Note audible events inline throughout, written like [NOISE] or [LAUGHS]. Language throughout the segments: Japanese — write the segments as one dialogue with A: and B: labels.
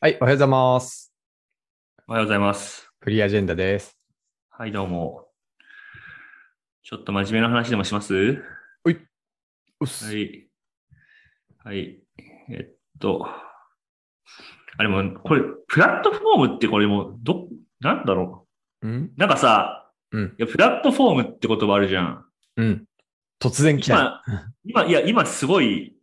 A: はい、おはようございます。
B: おはようございます。
A: フリーアジェンダです。
B: はい、どうも。ちょっと真面目な話でもします
A: うっす。
B: はい。はい。えっと。あれも、これ、プラットフォームってこれもう、ど、なんだろ
A: うん
B: う。なんかさ、
A: うん
B: いや、プラットフォームって言葉あるじゃん。
A: うん。突然来た。
B: 今、今、いや、今すごい、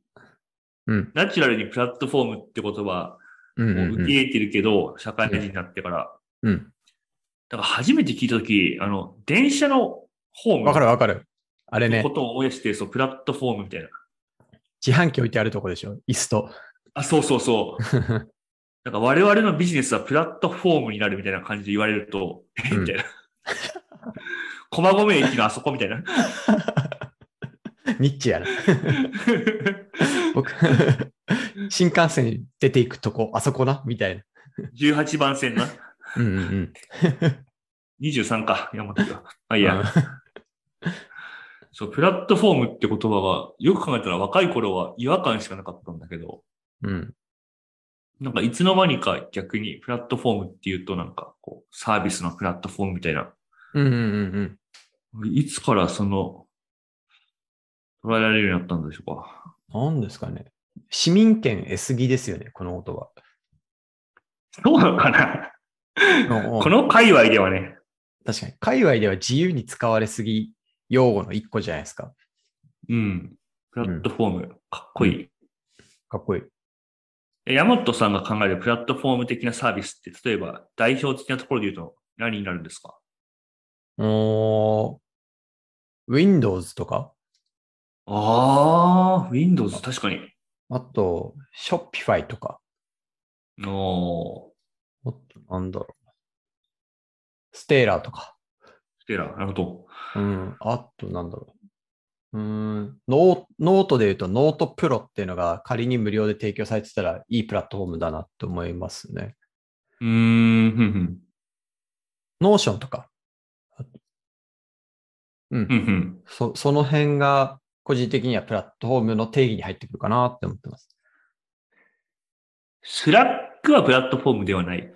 A: うん。
B: ナチュラルにプラットフォームって言葉
A: うん
B: を
A: うん
B: 受
A: う
B: け
A: ん。
B: 入れてるけど、社会人になってから。
A: うん。
B: だから初めて聞いたとき、あの、電車のホーム。
A: わかるわかる。あれ
B: の
A: ね
B: こ、とを思い出して、そう、プラットフォームみたいな。
A: 自販機置いてあるとこでしょ。椅子
B: [LAUGHS]
A: と。
B: あ、そうそ
A: [LAUGHS]
B: うそう。なんか我々のビジネスはプラットフォームになるみたいな感じで言われると、え、
A: うん
B: みたいな。駒込駅のあそこみたいな。 [LAUGHS]
A: ニッチやな。僕、 [LAUGHS] 新幹線に出ていくとこ、あそこなみたいな。
B: 18番線な。
A: うんうんうん。
B: 23か。山手が。あ、
A: い
B: いや。そう、プラットフォームって言葉が、よく考えたら若い頃は違和感しかなかったんだけど、
A: うん。
B: なんかいつの間にか逆にプラットフォームっていうとなんかこう、サービスのプラットフォームみたいな
A: うんうんうんうん。
B: いつからその、捉えられるようになったんでしょうか。
A: 何ですかね。市民権得すぎですよね、この音は。
B: どうなのかな [LAUGHS] こ
A: こ
B: の界隈ではね。
A: 確かに、海外では自由に使われすぎ用語の一個じゃないですか。
B: うん。プラットフォーム、かっこいい。
A: かっこいい。
B: えヤマトさんが考えるプラットフォーム的なサービスって、例えば代表的なところで言うと何になるんですか
A: おー、Windows とか、
B: ああ、Windows、確かに。
A: あと、Shopify とか、
B: おー、
A: あとなんだろうな。ステーラーとか、
B: ステラ、なるほど。
A: うん、あとなんだろう。うーんノーノートで言うと、ノートプロっていうのが仮に無料で提供されてたらいいプラットフォームだなって思いますね。
B: うーん、ふんふん。
A: ノーションとか。あとうん
B: ふ、んふん。
A: そその辺が個人的にはプラットフォームの定義に入ってくるかなって思ってます。
B: スラックはプラットフォームではない。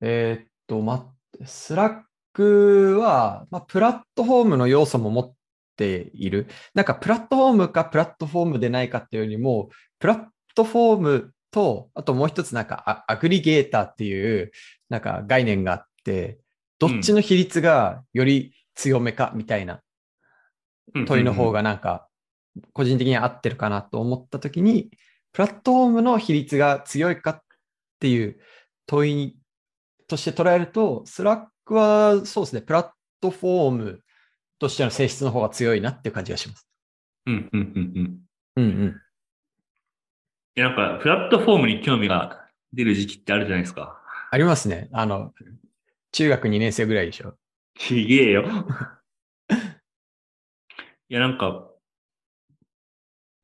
A: えーっと、ま、スラックは、まあ、プラットフォームの要素も持っている。なんか、プラットフォームかプラットフォームでないかっていうよりも、プラットフォームと、あともう一つなんかア、アグリゲーターっていう、なんか概念があって、どっちの比率がより強めかみたいな問いの方が
B: が。
A: なんか、個人的には合ってるかなと思ったときに、プラットフォームの比率が強いかっていう問いとして捉えると、スラックはそうですね、プラットフォームとしての性質の方が強いなっていう感じがします。
B: うん、うん、うん、うん。
A: うんうん。
B: いや、なんか、プラットフォームに興味が出る時期ってあるじゃないですか。
A: ありますね。あの、中学2年生ぐらいでしょ。
B: ちげえよ。 [LAUGHS] いや、なんか、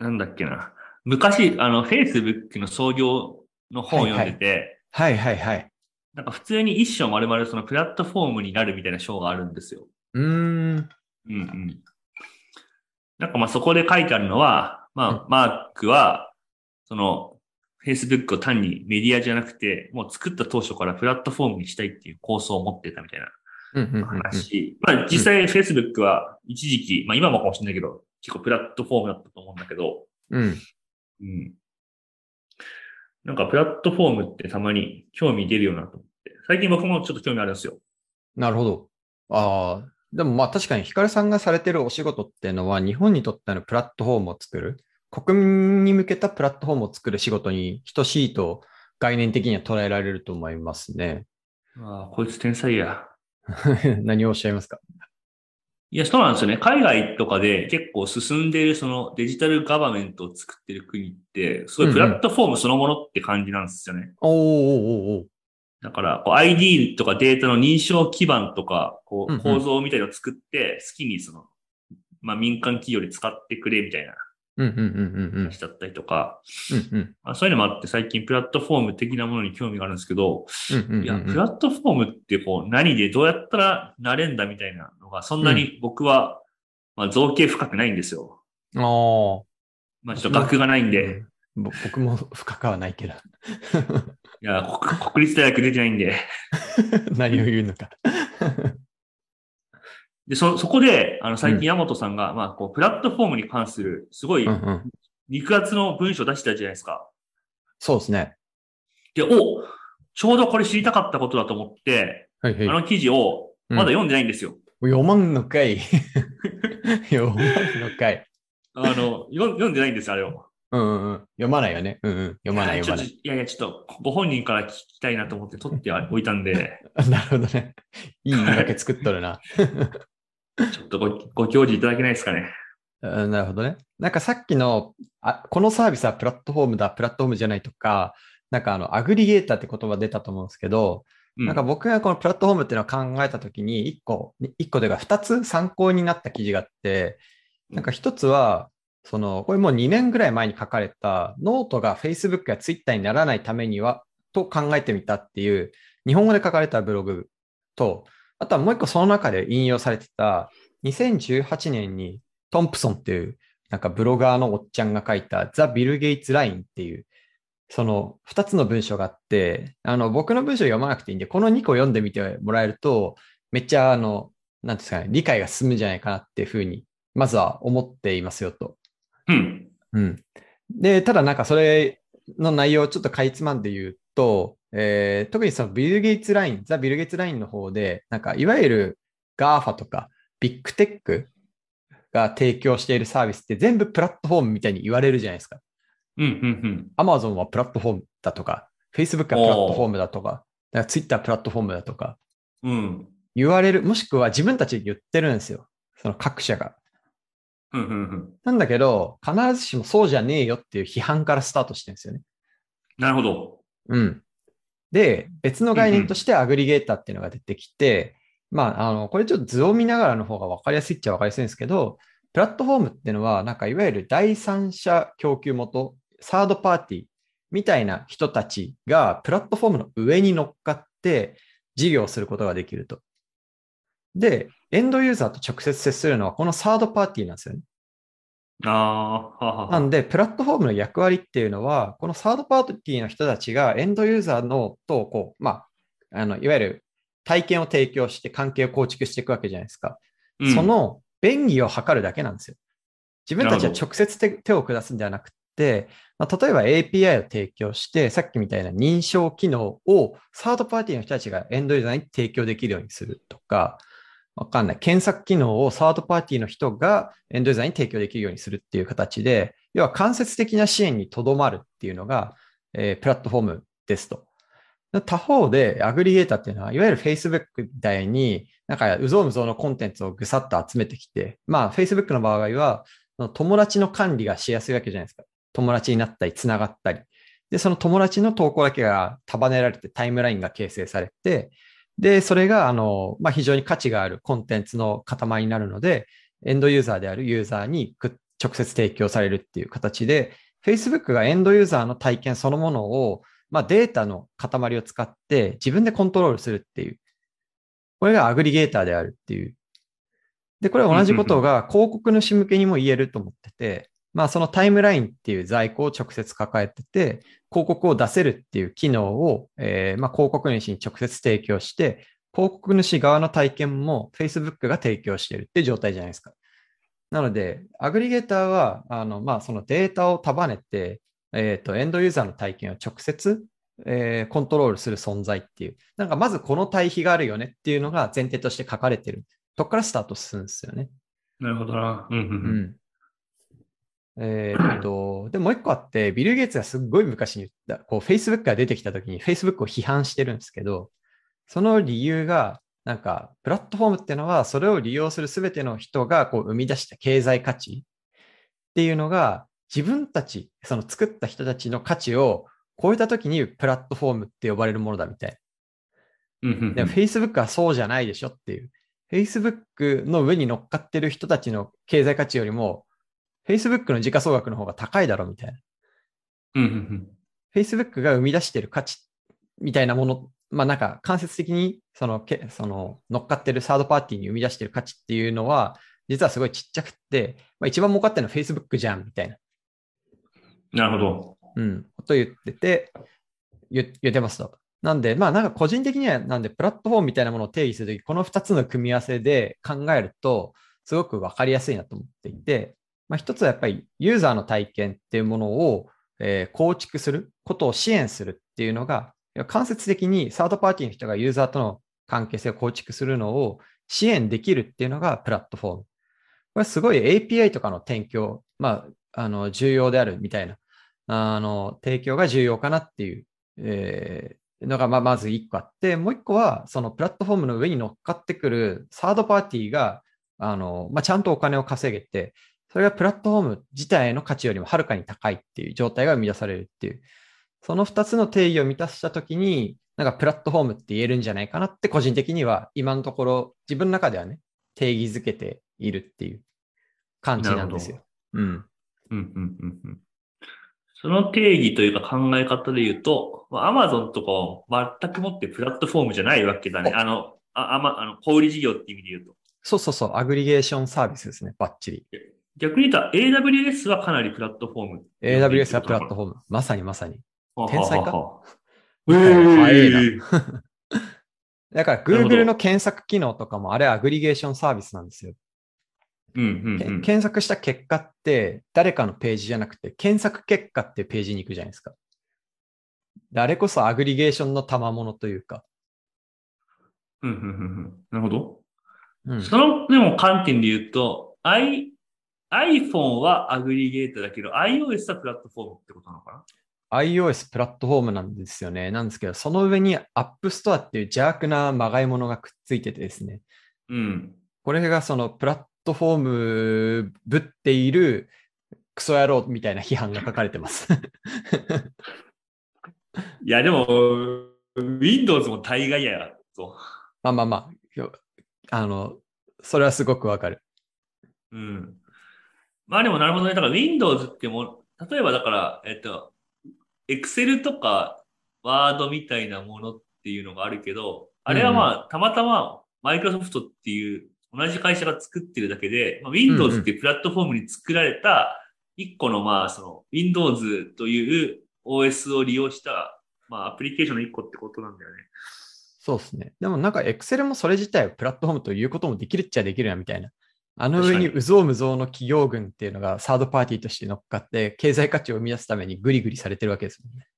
B: なんだっけな。昔、あの、Facebook の創業の本を読んでて、
A: はいはいはい。
B: なんか普通に一章丸々そのプラットフォームになるみたいな章があるんですよ。
A: うーん。
B: うんうん。なんかまあそこで書いてあるのは、まあ、マークは、その、Facebook を単にメディアじゃなくて、もう作った当初からプラットフォームにしたいっていう構想を持ってたみたいな
A: うんうんうんうん
B: 話。まあ実際 Facebook は一時期、まあ今もかもしれないけど、結構プラットフォームだったと思うんだけど、
A: うん。
B: うん。なんかプラットフォームってたまに興味出るよなと思って。最近僕もちょっと興味あるんですよ。
A: なるほど。ああ。でもまあ確かにヒカルさんがされてるお仕事っていうのは日本にとってのプラットフォームを作る、国民に向けたプラットフォームを作る仕事に等しいと概念的には捉えられると思いますね。 [LAUGHS]
B: ああ、こいつ天才や。
A: 何をおっしゃいますか
B: いや、そうなんですよね。海外とかで結構進んでいるそのデジタルガバメントを作ってる国って、すごいプラットフォームそのものって感じなんですよね。
A: おーおーおーおー
B: だから、こう ID とかデータの認証基盤とか、こ
A: うんう
B: うん構造みたいなのを作って、好きにその、まあ民間企業で使ってくれみたいな
A: うんうんうんうんうん
B: 話だったりとか、
A: うんうん
B: まあそういうのもあって最近プラットフォーム的なものに興味があるんですけど、
A: うんうんうん
B: いや、プラットフォームってこう何でどうやったらなれんだみたいなのが、そんなに僕は、まあ造形深くないんですよ。
A: あー
B: まあちょっと額がないんで。
A: ぼ僕も深くはないけど。
B: いや、国国立大学出てないんで。
A: [LAUGHS] 何を言うのか。
B: で、そ、そこで、あの、最近、ヤマトさんが、まあ、こう、プラットフォームに関する、すごい
A: うんうん、
B: 肉厚の文章出してたじゃないですか。
A: そうですね。
B: で、おちょうどこれ知りたかったことだと思って、
A: はいはい
B: あ。の記事を、
A: うん
B: まだ読んでないんですよ。
A: 読まんのかい。 [LAUGHS] 読まんのかい。
B: あの、 [LAUGHS] よ読んでないんです、あれを。
A: うんうんうん。読まないよね。うんうん。読まない
B: ちょ
A: 読まな
B: っと
A: い
B: やいや、ちょっと、ご本人から聞きたいなと思って取っておいた
A: [LAUGHS]
B: んで、
A: い。なるほどね。いい言い訳作っとるな。
B: ちょっとご、ご教示いただけないですかね。
A: うんなるほどね。なんかさっきの、あこのサービスはプラットフォームだ、プラットフォームじゃないとか、なんかあの、アグリゲーターって言葉出たと思うんですけど、
B: うん。
A: なんか僕がこのプラットフォームっていうのを考えたときに、1個、1個というか2つ参考になった記事があって、なんか1つは、その、これもう2年ぐらい前に書かれた、ノートが Facebook や Twitter にならないためには、と考えてみたっていう、日本語で書かれたブログと、あとはもう1個その中で引用されてた、2018年にトンプソンっていう、なんかブロガーのおっちゃんが書いた、ザ・ビル・ゲイツ・ラインっていう、その2つの文章があって、あの、僕の文章読まなくていいんで、この2個読んでみてもらえると、めっちゃ、あの、なんていうんですかね、理解が進むんじゃないかなっていうふうに、まずは思っていますよと。
B: うん。
A: うん。で、ただなんかそれの内容をちょっとかいつまんで言うと、えー特にそのビル・ゲイツライン、ザ・ビル・ゲイツラインの方で、なんかいわゆる GAFA とかビッグテックが提供しているサービスって全部プラットフォームみたいに言われるじゃないですか。
B: うん、うん、
A: Amazon はプラットフォームだとか、Facebook はプラットフォームだとか、だから Twitter はプラットフォームだとか、
B: うん。うん。
A: 言われる、もしくは自分たちで言ってるんですよ。その各社が。
B: うん、うん、うん。
A: なんだけど、必ずしもそうじゃねえよっていう批判からスタートしてるんですよね。
B: なるほど。
A: うん。で、別の概念としてアグリゲーターっていうのが出てきて、まあ、あの、これちょっと図を見ながらの方が分かりやすいっちゃ分かりやすいんですけど、プラットフォームっていうのは、なんかいわゆる第三者供給元、サードパーティーみたいな人たちがプラットフォームの上に乗っかって事業をすることができると。で、エンドユーザーと直接接するのはこのサードパーティーなんですよね。
B: ああ、はあはあ。
A: なんで、プラットフォームの役割っていうのは、このサードパーティーの人たちがエンドユーザーのとこう、まあ、あのいわゆる体験を提供して関係を構築していくわけじゃないですか。
B: うん
A: そ、の便宜を図るだけなんですよ。自分たちは
B: なる
A: 直接手手を下すんではなくて、まあ、例えば API を提供して、さっきみたいな認証機能をサードパーティーの人たちがエンドユーザーに提供できるようにするとか、わかんない。検索機能をサードパーティーの人がエンドユーザーに提供できるようにするっていう形で、要は間接的な支援にとどまるっていうのが、えープラットフォームですと。他方で、アグリゲーターっていうのは、いわゆる Facebook みたいに、なんか、うぞうむぞうのコンテンツをぐさっと集めてきて、まあ、Facebook の場合は、その友達の管理がしやすいわけじゃないですか。友達になったり、つながったり。で、その友達の投稿だけが束ねられて、タイムラインが形成されて、で、それが、あの、まあ、非常に価値があるコンテンツの塊になるので、エンドユーザーであるユーザーにく直接提供されるっていう形で、Facebook がエンドユーザーの体験そのものを、まあ、データの塊を使って自分でコントロールするっていう。これがアグリゲーターであるっていう。で、これは同じことが広告主向けにも言えると思ってて、まあそのタイムラインっていう在庫を直接抱えてて、広告を出せるっていう機能を、えーまあ、広告主に直接提供して、広告主側の体験も Facebook が提供しているっていう状態じゃないですか。なので、アグリゲーターは、あの、まあ、そのデータを束ねて、えっ、と、エンドユーザーの体験を直接、えーコントロールする存在っていう、なんかまずこの対比があるよねっていうのが前提として書かれてる。そこからスタートするんですよね。
B: なるほどな。うん、うん
A: う
B: うん。
A: ん。えーっ
B: [LAUGHS]
A: と、で、もう一個あって、ビル・ゲイツがすっごい昔に言った、こう、Facebook が出てきた時に Facebook を批判してるんですけど、その理由が、なんか、プラットフォームってのは、それを利用するすべての人が、こう、生み出した経済価値っていうのが、自分たち、その作った人たちの価値を超えた時に、プラットフォームって呼ばれるものだみたいな。
B: うん、うんうん。
A: でも Facebook はそうじゃないでしょっていう。Facebook の上に乗っかってる人たちの経済価値よりも、Facebook の時価総額の方が高いだろみたいな。
B: うん、うんうん。
A: Facebook が生み出してる価値みたいなもの、まあなんか間接的にそのけその乗っかってるサードパーティーに生み出してる価値っていうのは、実はすごいちっちゃくって、まあ、一番儲かってるのは Facebook じゃんみたいな。
B: なるほど。
A: うん、こと言ってて、言言ってますと。なんで、まあなんか個人的には、なんで、プラットフォームみたいなものを定義するとき、この2つの組み合わせで考えると、すごく分かりやすいなと思っていて、まあ、一つはやっぱりユーザーの体験っていうものを、えー構築することを支援するっていうのが、いや間接的にサードパーティーの人がユーザーとの関係性を構築するのを支援できるっていうのがプラットフォーム。これすごい API とかの提供、まあ、あの、重要であるみたいな、あの、提供が重要かなっていう、えーのが、まあ、まず一個あって、もう一個は、そのプラットフォームの上に乗っかってくるサードパーティーが、あの、まあ、ちゃんとお金を稼げて、それがプラットフォーム自体の価値よりもはるかに高いっていう状態が生み出されるっていう、その二つの定義を満たしたときに、なんかプラットフォームって言えるんじゃないかなって個人的には今のところ自分の中ではね、定義づけているっていう感じなんですよ。うん。
B: うんうんうんうんその定義というか考え方で言うと、まあ Amazon とかを全くもってプラットフォームじゃないわけだね。
A: お
B: あの、あ、あま、あの、小売事業って意味で言うと。
A: そうそうそう、アグリゲーションサービスですね、バッチリ。
B: 逆に言うと AWS はかなりプラットフォーム。
A: AWS はプラットフォーム。まさにまさに。
B: ォ
A: 天才か
B: ええ
A: 早いな
B: ー。
A: だから
B: なるほど
A: Google の検索機能とかもあれアグリゲーションサービスなんですよ。
B: うんうん
A: け
B: うん。
A: 検索した結果って誰かのページじゃなくて検索結果っていうページに行くじゃないですか。であれこそアグリゲーションの賜物というか。
B: うんうんうんうんなるほど。
A: うん、
B: その、でも観点で言うと、I、iPhone はアグリゲーターだけど、iOS はプラットフォームってことなのかな
A: iOS プラットフォームなんですよね。なんですけど、その上に App Store っていう邪悪なまがいものがくっついててですね。
B: うん。
A: これがそのプラットフォームぶっているクソ野郎みたいな批判が書かれて [LAUGHS] ます。
B: いや、でも、Windows も大概やと。
A: まあまあまあひょ、あの、それはすごくわかる。
B: うん。まあでもなるほどね。だから Windows ってもう、例えばだから、えっと、Excel とか Word みたいなものっていうのがあるけど、あれはまあ、たまたま Microsoft っていう同じ会社が作ってるだけで、まあ、Windows っていうプラットフォームに作られた、一個のまあ、その Windows という OS を利用した、まあ、アプリケーションの一個ってことなんだよね。
A: そうですね。でもなんか Excel もそれ自体をプラットフォームということもできるっちゃできるなみたいな。あの上に
B: 確か
A: うぞうむぞうの企業群っていうのがサードパーティーとして乗っかって経済価値を生み出すためにグリグリされてるわけですもんね。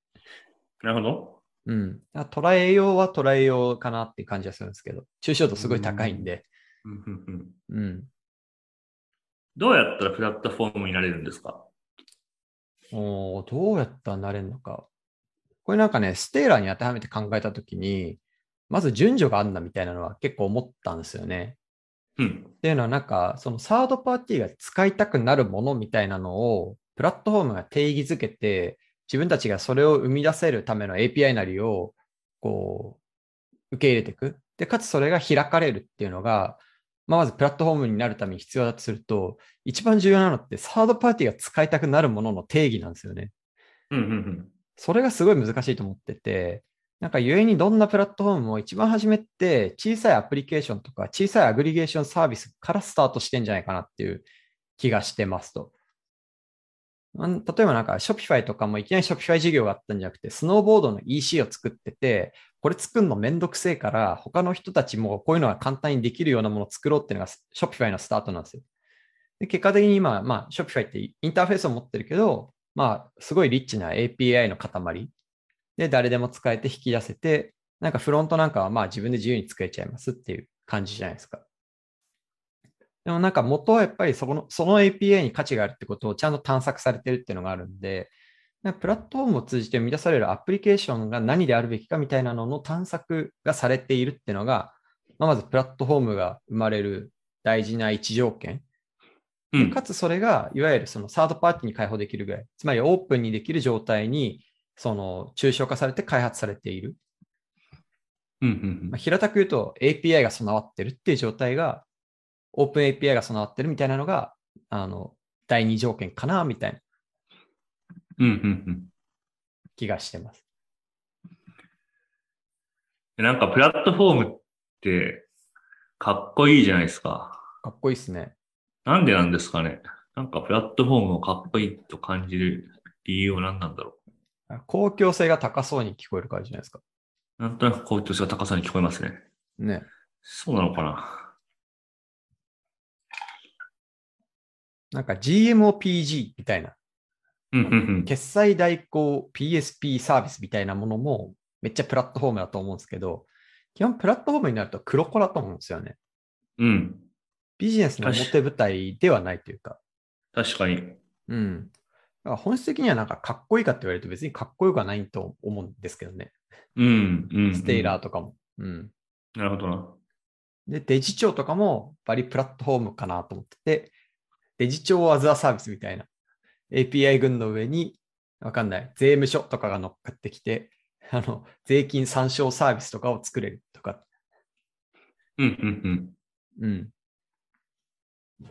B: なるほど。
A: うん。だから捉えようは捉えようかなっていう感じがするんですけど、抽象度すごい高いんで、
B: うんうんうん
A: うん。
B: どうやったらプラットフォームになれるんですか
A: おーどうやったらなれるのか。これなんかね、ステーラーに当てはめて考えたときに、まず順序があんだみたいなのは結構思ったんですよね。
B: うん。
A: っていうのはなんか、そのサードパーティーが使いたくなるものみたいなのを、プラットフォームが定義づけて、自分たちがそれを生み出せるための API なりを、こう、受け入れていく。で、かつそれが開かれるっていうのが、まあ、まずプラットフォームになるために必要だとすると、一番重要なのってサードパーティーが使いたくなるものの定義なんですよね。
B: うんうんうん。
A: それがすごい難しいと思ってて、なんか故にどんなプラットフォームも一番初めって小さいアプリケーションとか小さいアグリゲーションサービスからスタートしてんじゃないかなっていう気がしてますと。うん例えばなんか Shopify とかもいきなり Shopify 事業があったんじゃなくて、スノーボードの EC を作ってて、これ作るのめんどくせえから、他の人たちもこういうのが簡単にできるようなものを作ろうっていうのが Shopify のスタートなんですよ。で結果的に今、まあ、Shopify ってインターフェースを持ってるけど、まあ、すごいリッチな API の塊で、誰でも使えて引き出せて、なんかフロントなんかはまあ自分で自由に作れちゃいますっていう感じじゃないですか。でもなんか元はやっぱりそこの、その API に価値があるってことをちゃんと探索されてるっていうのがあるんで、なんかプラットフォームを通じて生み出されるアプリケーションが何であるべきかみたいなのの探索がされているっていうのが、まあ、まずプラットフォームが生まれる大事な一条件
B: う
A: かつそれが、いわゆるそのサードパーティーに開放できるぐらい、つまりオープンにできる状態に、その抽象化されて開発されている。
B: うんうん
A: まあ、平たく言うと API が備わってるっていう状態が、オープン API が備わってるみたいなのが、あの、第二条件かな、みたいな
B: うん。うんうん
A: 気がしてます。
B: うん。なんかプラットフォームってかっこいいじゃないですか。
A: かっこいいですね。
B: なんでなんですかね。なんかプラットフォームをかっこいいと感じる理由は何なんだろ
A: 公共性が高そうに聞こえるからじゃないですか。
B: なんとなく公共性が高さに聞こえますね。
A: ね。
B: そうなのかな
A: なんか GMOPG みたいな、
B: うんうんうん。
A: 決済代行 PSP サービスみたいなものも、めっちゃプラットフォームだと思うんですけど、基本プラットフォームになると黒子だと思うんですよね。
B: うん。
A: ビジネスの表舞台ではないというか。
B: 確かに。
A: うん。だから本質的にはなんかかっこいいかって言われると別にかっこよくはないと思うんですけどね。
B: うん、うん。
A: ステイラー
B: ー。
A: とかも。うん。
B: なるほどな。
A: で、デジ庁とかもバリプラットフォームかなと思ってて、デジ庁アザーサービスみたいな API 群の上に、わかんない、税務署とかが乗っかってきて、あの、税金参照サービスとかを作れるとか、
B: うん、うん、うん。
A: うん。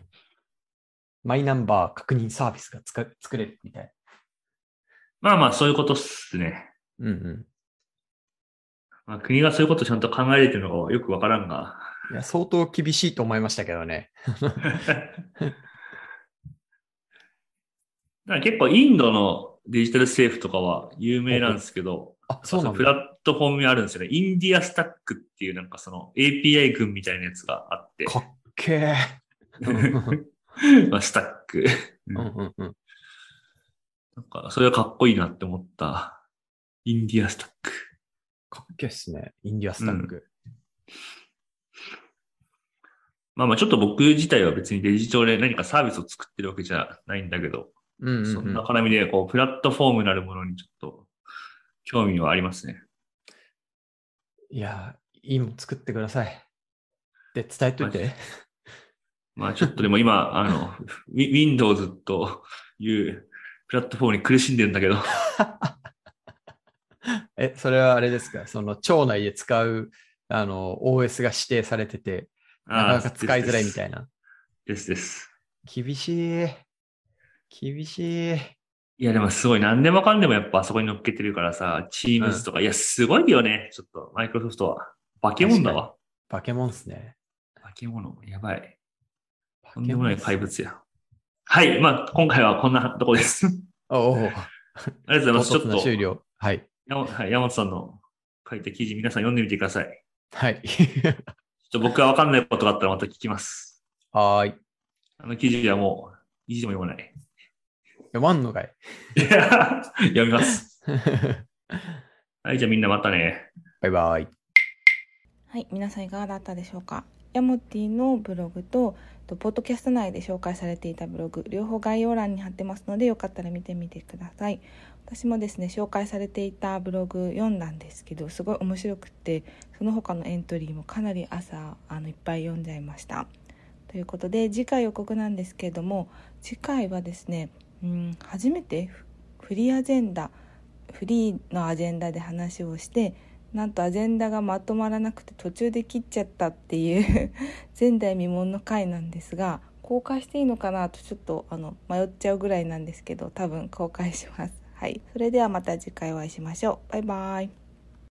A: マイナンバー確認サービスがつか作れるみたい
B: まあまあ、そういうことっすね。
A: な。うんう
B: まあ、国がそういうことちゃんと考えれてるのがよくわからんが。
A: ん。いや、相当厳しいと思いましたけどね。
B: だから結構インドのデジタル政府とかは有名なんですけど、
A: あ、そうなん
B: プ
A: だ。
B: ラットフォームにあるんですよね。インディアスタックっていうなんかその API 群みたいなやつがあって、
A: かっけ [LAUGHS] え。
B: [LAUGHS] まあ、スタック。
A: うんうんうん。
B: なんかそれはかっこいいなって思った。インディアスタック。
A: かっけえっすね。インディアスタック。
B: まあまあちょっと僕自体は別にデジタルで何かサービスを作ってるわけじゃないんだけど、
A: うんうんうん
B: そんな絡みでこうプラットフォームなるものにちょっと興味はありますね。
A: いやー、いいもん作ってください。って伝えといて。
B: まあちょっとでも今、あの、ウィ Windows というプラットフォームに苦しんでるん
A: [LAUGHS]
B: だけど、
A: [LAUGHS] え、それはあれですかその、町内で使う、あの、OS が指定されてて、なかなか使いづらいみた
B: い
A: いな。
B: です。ですです。
A: 厳しい。厳しい。
B: いやでもすごい、何でもかんでもやっぱあそこに乗っけてるからさ、Teams とか、いやすごいよね、ちょっと、マイクロソフトは。化け物だわ。
A: 化け物っすね。
B: 化け物、やばい。と
A: 化
B: ん
A: け
B: でもな
A: 物っ
B: い
A: す
B: 怪物や。はい、まあ今回はこんなとこ
A: [LAUGHS]
B: です。
A: おお、
B: ありがとうございます。ち
A: 唐
B: ょっ
A: 突な
B: と
A: 終了。はい。
B: 山、はい山本さんの書いた記事皆さん読んでみてください。
A: はい。 [LAUGHS]
B: ちょっと僕がわかんないことがあったらまた聞きます。
A: はーい。
B: あの記事はもう、意地も読まない。
A: 読まんのかい。 [LAUGHS]
B: いや、読みます。はい、じゃあみんなまたね。
A: バイバイ。
C: はい、皆さんいかがだったでしょうか。ヤモティのブログと、とポッドキャスト内で紹介されていたブログ、両方概要欄に貼ってますので、よかったら見てみてください。私もですね、紹介されていたブログ読んだんですけど、すごい面白くって、その他のエントリーもかなり朝、あのいっぱい読んじゃいました。ということで、次回予告なんですけれども、次回はですね、うん、初めてフフリーアジェンダ、フリーのアジェンダで話をして、なんとアジェンダがまとまらなくて途中で切っちゃったっていう [LAUGHS] 前代未聞の回なんですが公開していいのかなとちょっとあの迷っちゃうぐらいなんですけど多分公開します。はい、それではまた次回お会いしましょう。バイバイ。